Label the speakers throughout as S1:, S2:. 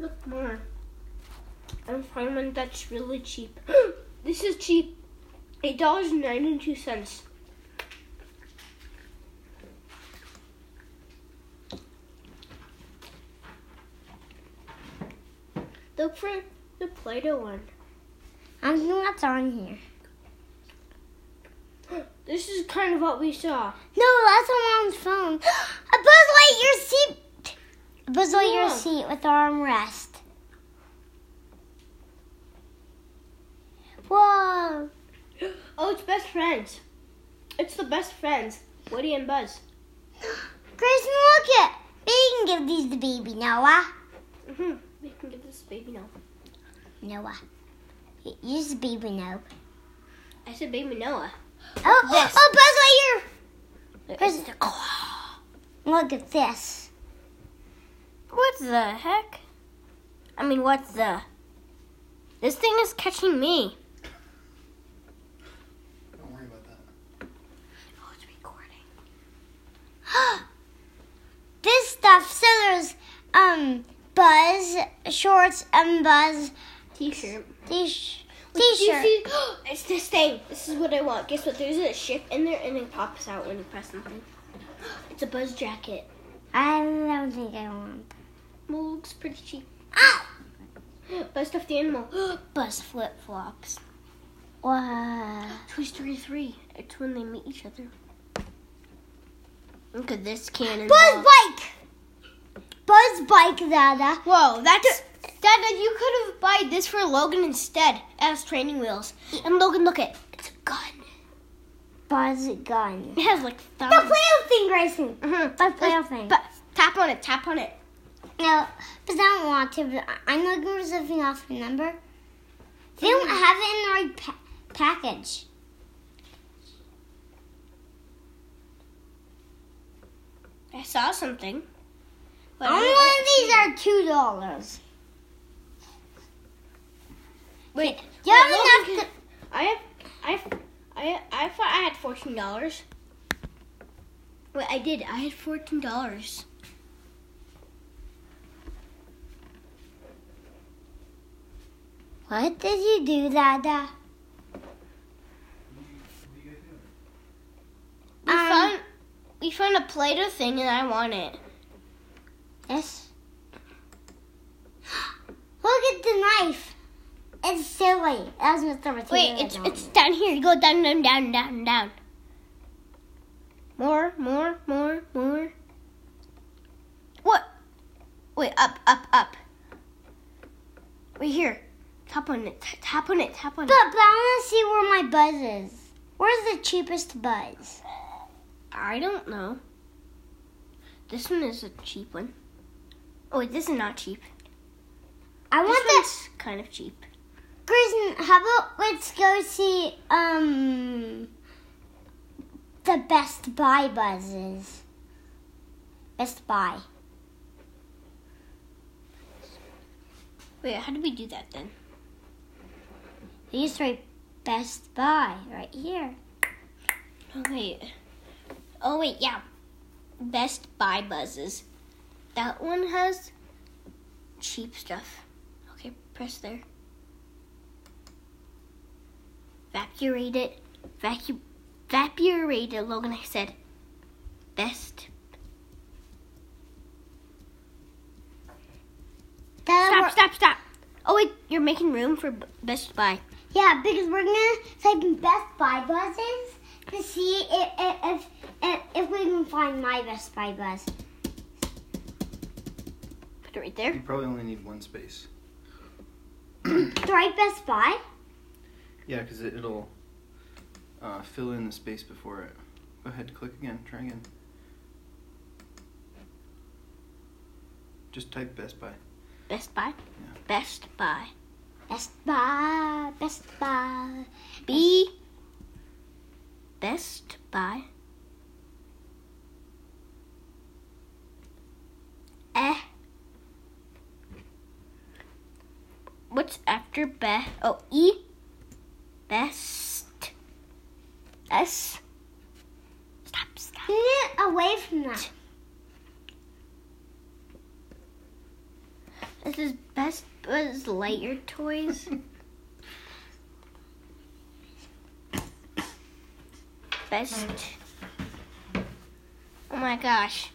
S1: Look more. I'm find one that's really cheap. this is cheap. Eight dollars and ninety-two cents. Look for the Play-Doh one.
S2: I don't think that's on here.
S1: This is kind of what we saw.
S2: No, that's on mom's phone. A Buzz Lightyear seat. A Buzz
S1: Yeah.
S2: Lightyear seat with armrest. Whoa.
S1: Oh, it's best friends. It's the best friends, Woody and Buzz.
S2: Grayson, look it. We can give these to baby Noah.
S1: hmm We can give this baby no.
S2: Noah. Use baby Noah.
S1: I said baby Noah.
S2: Oh,
S1: Yes.
S2: oh, Buzz Lightyear.
S1: It-
S2: Grayson, oh, look at this.
S1: What the heck? I mean, what the? This thing is catching me.
S3: Don't worry about that.
S1: Oh, it's recording.
S2: this stuff. So there's um Buzz shorts and Buzz
S1: T-shirt.
S2: t-sh-
S1: Wait, do you
S2: t-shirt.
S1: see- it's this thing. This is what I want. Guess what? There's a ship in there, and it pops out when you press something. It's a buzz jacket.
S2: I don't think I want.
S1: Well, looks pretty cheap. Ah!
S2: Ow!
S1: Buzz stuffed animal.
S2: Buzz flip flops. Wow.
S1: Toy Story 3. It's when they meet each other. Look at this cannon.
S2: Buzz bike. Buzz bike, Dada.
S1: Whoa, that's. Dada, you could have bought this for Logan instead as training wheels. And Logan, look it. It's a gun.
S2: Buzz gun.
S1: It has like
S2: The
S1: thumbs.
S2: playoff thing, Grayson.
S1: Mhm.
S2: The playoff thing.
S1: But tap on it, tap on it.
S2: No, but I don't want to. But I- I'm looking for something else. Remember, they don't have it in the right pa- package.
S1: I saw something. But
S2: Only one of these are two dollars.
S1: Wait,
S2: You have
S1: Logan
S2: enough.
S1: can-
S2: To-
S1: I have, I, have, I, I thought I had fourteen dollars. Wait, I did. I had fourteen dollars.
S2: what did you do, Dada?
S3: What are you guys doing?
S1: We
S2: Um,
S1: found, we found a Play-Doh thing, and I want it.
S2: This. Look at the knife. It's silly. That's Mr. Potato.
S1: Wait, it's it's down here. You go down, down, down, down, down. More, more, more, more. What? Wait, up, up, up. Right here. Tap on it. t- Tap on it. Tap on
S2: But,
S1: it.
S2: but I want to see where my buzz is. Where's the cheapest buzz?
S1: I don't know. This one is a cheap one. Oh, wait, this is not cheap.
S2: I
S1: This
S2: want the
S1: one's kind of cheap.
S2: Grayson. How about let's go see um the Best Buy buzzes. Best Buy.
S1: Wait, how do we do that then?
S2: These right Best Buy right here.
S1: Oh wait. Oh wait, yeah. Best Buy buzzes. That one has cheap stuff. Okay, press there. Evaporate it. Vacuum. Evaporate it. Logan, I said. Best.
S2: That
S1: Stop! Stop! Stop! Oh wait, you're making room for B- Best Buy.
S2: Yeah, because we're gonna type in Best Buy buzzes to see if if, if if we can find my Best Buy buzz.
S1: Put it right there.
S3: You probably only need one space.
S2: The right Best Buy.
S3: Yeah, because it, it'll uh, fill in the space before it. Go ahead, click again. Try again. Just type Best Buy.
S1: Best Buy. Best Buy.
S2: Best Buy. Best Buy.
S1: B. Best Buy. Eh. What's after be? Oh, E. Best. S. Stop, stop.
S2: Get away from that.
S1: It's says Best Buzz Lightyear toys. Best. Oh my gosh.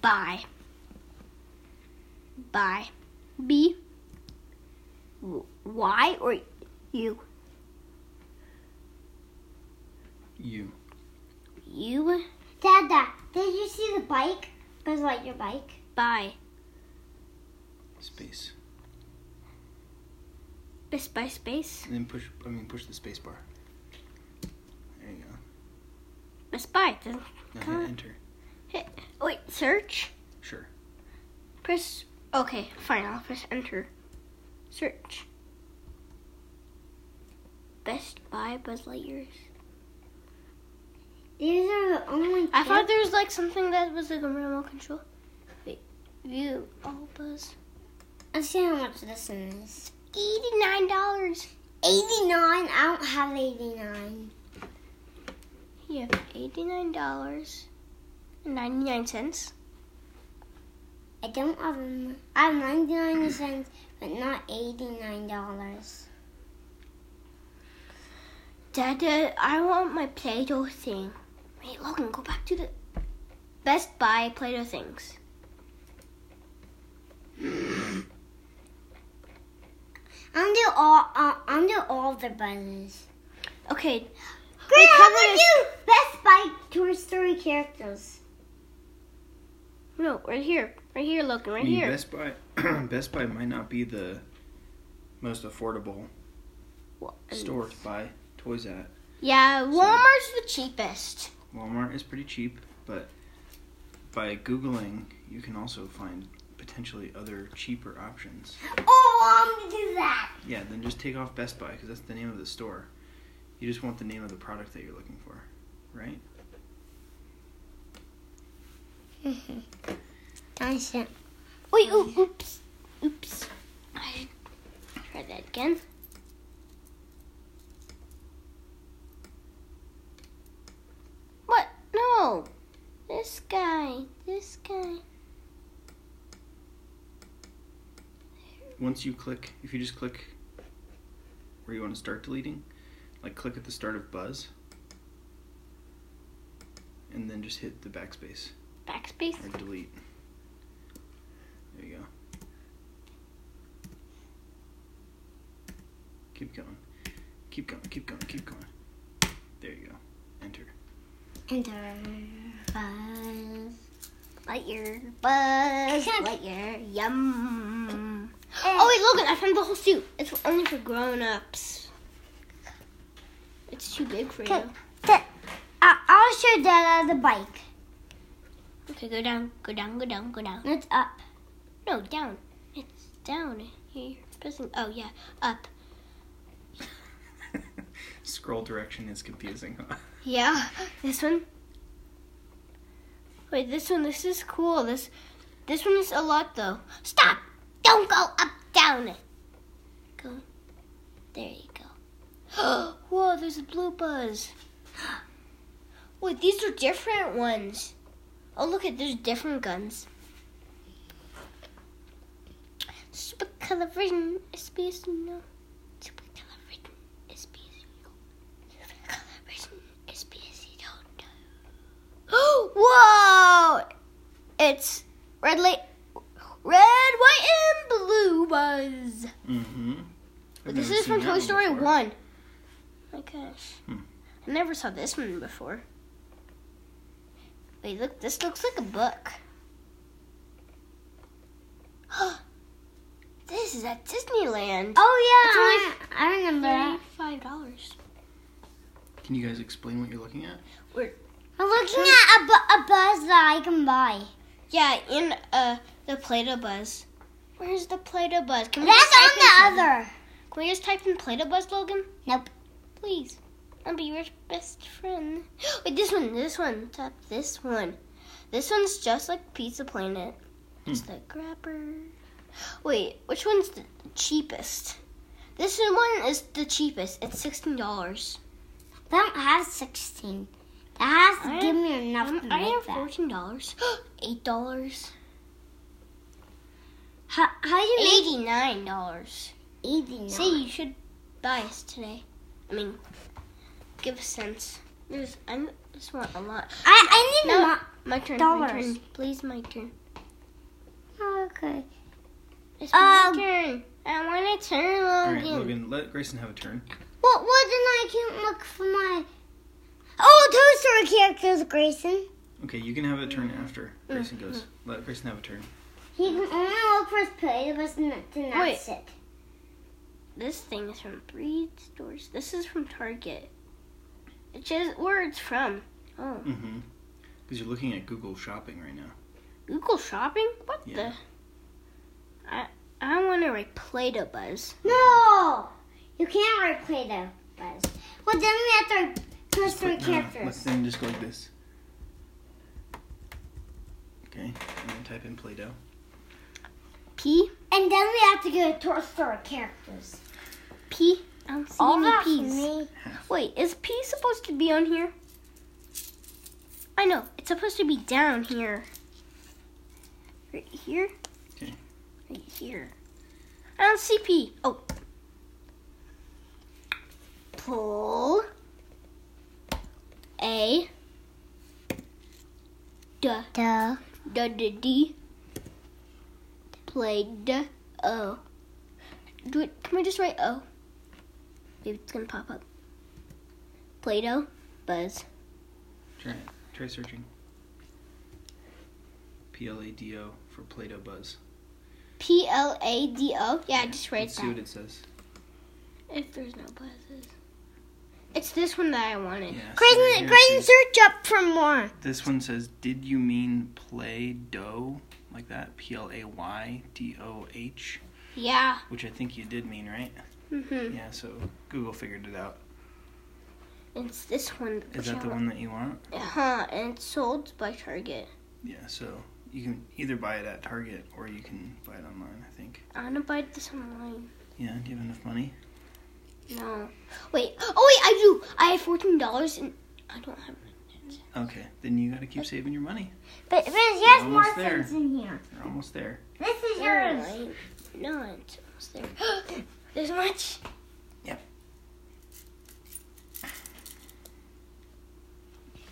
S1: Bye. Bye. B. W- Y or U?
S3: You.
S1: You.
S2: Dad, Dad, did you see the bike? Buzz Lightyear bike.
S1: Bye.
S3: Space.
S1: Best Buy Space.
S3: And then push, I mean, push the space bar. There you
S1: Best Buy. Then
S3: go. Now
S1: Huh?
S3: hit enter.
S1: hit. Wait, search?
S3: Sure.
S1: Press. Okay, fine. I'll press enter. Search. Best Buy Buzz Lightyears.
S2: These are the only.
S1: I
S2: two-
S1: thought there was like something that was like a remote control. Wait, view all Buzz.
S2: I see how much this one is.
S1: Eighty-nine dollars.
S2: Eighty nine. I don't have eighty nine.
S1: You have eighty-nine dollars and ninety-nine cents.
S2: I don't have. n- I have ninety nine cents, but not eighty nine dollars.
S1: Dad, Dad, I want my Play-Doh thing. Wait, Logan, go back to the Best Buy Play-Doh things.
S2: I'm do all. Uh, I'm do all the buzzes.
S1: Okay,
S2: Great, how
S1: covered
S2: about
S1: it.
S2: you? Best Buy Toy Story characters.
S1: no, right here, right here, Logan, right
S3: I mean,
S1: here.
S3: Best Buy, Best Buy might not be the most affordable
S1: Wa-
S3: store to buy toys at.
S1: Yeah, Walmart's the cheapest.
S3: Walmart is pretty cheap, but by Googling, you can also find potentially other cheaper options.
S2: Oh, I'm gonna do that.
S3: Yeah, then just take off Best Buy because that's the name of the store. You just want the name of the product that you're looking for, right?
S2: I should.
S1: Wait, ooh, oh, oops, oops. I should try that again. What? No, this guy, this guy.
S3: Once you click, if you just click where you want to start deleting, like click at the start of Buzz, and then just hit the backspace
S1: Backspace.
S3: or delete. There you go. Keep going. Keep going, keep going, keep going. There you go. Enter.
S2: Enter. Buzz.
S1: Lightyear.
S2: Buzz.
S1: Lightyear. Yum. Oh wait, Logan, I found the whole suit. It's only for grown-ups. It's too big for
S2: Okay.
S1: you.
S2: I- I'll show Dada the bike.
S1: Okay, go down, go down, go down, go down.
S2: It's up.
S1: No, down. It's down. You're pressing. Oh yeah, up.
S3: Scroll direction is confusing, huh?
S1: Yeah, this one. Wait, this one. This is cool. This, this one is a lot though. Stop! Don't go up, down. Go. There you go. Whoa, there's a blue buzz. Wait, these are different ones. Oh look at there's different guns. Supercoloration is no. Supercoloration is Supercoloration is don't know. Whoa! It's red light, red, white, and blue buzz.
S3: Mm-hmm.
S1: This is from Toy Story One. My gosh,
S3: Hmm.
S1: I never saw this one before. Wait, look. This looks like a book. this is at Disneyland.
S2: Oh yeah,
S1: It's only
S2: I, I remember that.
S1: Thirty-five dollars.
S3: Can you guys explain what you're looking at?
S2: I'm looking at a, bu- a buzz that I can buy.
S1: Yeah, in uh the Play-Doh Buzz. Where's the Play-Doh Buzz? Can
S2: That's
S1: just
S2: on the
S1: type in-
S2: other.
S1: Can we just type in Play-Doh Buzz, Logan?
S2: Nope.
S1: Please. I'll be your best friend. Wait, this one, this one. Tap this one. This one's just like Pizza Planet. It's like wrapper. Wait, which one's the cheapest? This one is the cheapest. It's sixteen dollars.
S2: They don't have sixteen. That has to
S1: I
S2: give
S1: am-
S2: me enough to
S1: I
S2: make
S1: have
S2: that.
S1: fourteen dollars. Eight dollars.
S2: How, how do you make
S1: Eighty-nine dollars.
S2: eighty?
S1: See, you should buy us today. I mean, give us cents. There's, I just want a lot.
S2: I I need
S1: No.
S2: no.
S1: My turn. My
S2: Dollars.
S1: turn. Please, my turn.
S2: okay.
S1: It's Oh, my
S2: Um,
S1: turn. I want a turn,
S3: All right,
S1: Logan.
S3: Logan, let Grayson have a turn.
S2: What? What? Then I can't look for my. Oh, Toy Story characters, Grayson.
S3: Okay, you can have a
S1: Mm-hmm.
S3: turn after Grayson goes. Let Grayson have a turn.
S2: He can only look for his playlist and that's
S1: Wait.
S2: it.
S1: This thing is from three stores. This is from Target. It says where it's from. Oh,
S3: Mm-hmm. Because you're looking at Google Shopping right now.
S1: Google Shopping? What
S3: Yeah.
S1: the? I I want to like Play-Doh Buzz.
S2: No, you can't replay the buzz. Well, then we have to Toy Story
S3: Wait, no, no, Let's
S2: characters.
S3: then just go like this. Okay, and then type in Play-Doh.
S1: P
S2: And then we have to go to Toy Story characters.
S1: P. I don't see any
S2: that's
S1: P's.
S2: me.
S1: Wait, is P supposed to be on here? I know it's supposed to be down here. Right here.
S3: Okay.
S1: Right here. I don't see P. Oh. Pull. A. Duh.
S2: Duh.
S1: da da dee. Played O. oh. Do it, can we just write O? Maybe it's gonna pop up. Play Doh, Buzz.
S3: Try it. Try searching. P L A D O for Play-Doh Buzz.
S1: P L A D O. Yeah, just write
S3: Let's see what
S1: that.
S3: it says.
S1: If there's no buzzes. It's this one that I wanted.
S3: Yeah. so right
S2: Grayson,
S3: here it
S2: Grayson,
S3: says-
S2: search up for more.
S3: This one says, "Did you mean Play-Doh?" Like that. P L A Y D O H,
S1: Yeah.
S3: which I think you did mean, right?
S1: hmm
S3: Yeah. So Google figured it out.
S1: It's this one.
S3: Is that the one that you want?
S1: Huh. And it's sold by Target.
S3: Yeah. So you can either buy it at Target or you can buy it online. I think.
S1: I wanna buy this online.
S3: Yeah. Do you have enough money?
S1: No. Wait. Oh wait, I do. I have fourteen dollars and I don't have.
S3: Okay. Then you gotta keep saving your money.
S2: But, but there's
S3: We're
S2: more
S3: almost there.
S2: things in here.
S3: You're almost there.
S2: This is
S1: Alright.
S2: yours.
S1: No, it's almost there. There's much.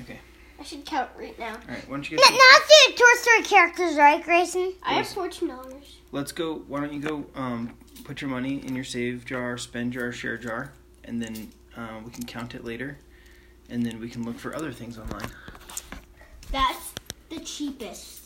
S3: Okay.
S1: I should count right now.
S3: All right. Why don't you
S2: N-
S3: guys?
S2: now it's the Toy Story characters, right, Grayson?
S1: I have fourteen dollars.
S3: Let's go. Why don't you go um, put your money in your save jar, spend jar, share jar, and then uh, we can count it later, and then we can look for other things online.
S1: That's the cheapest.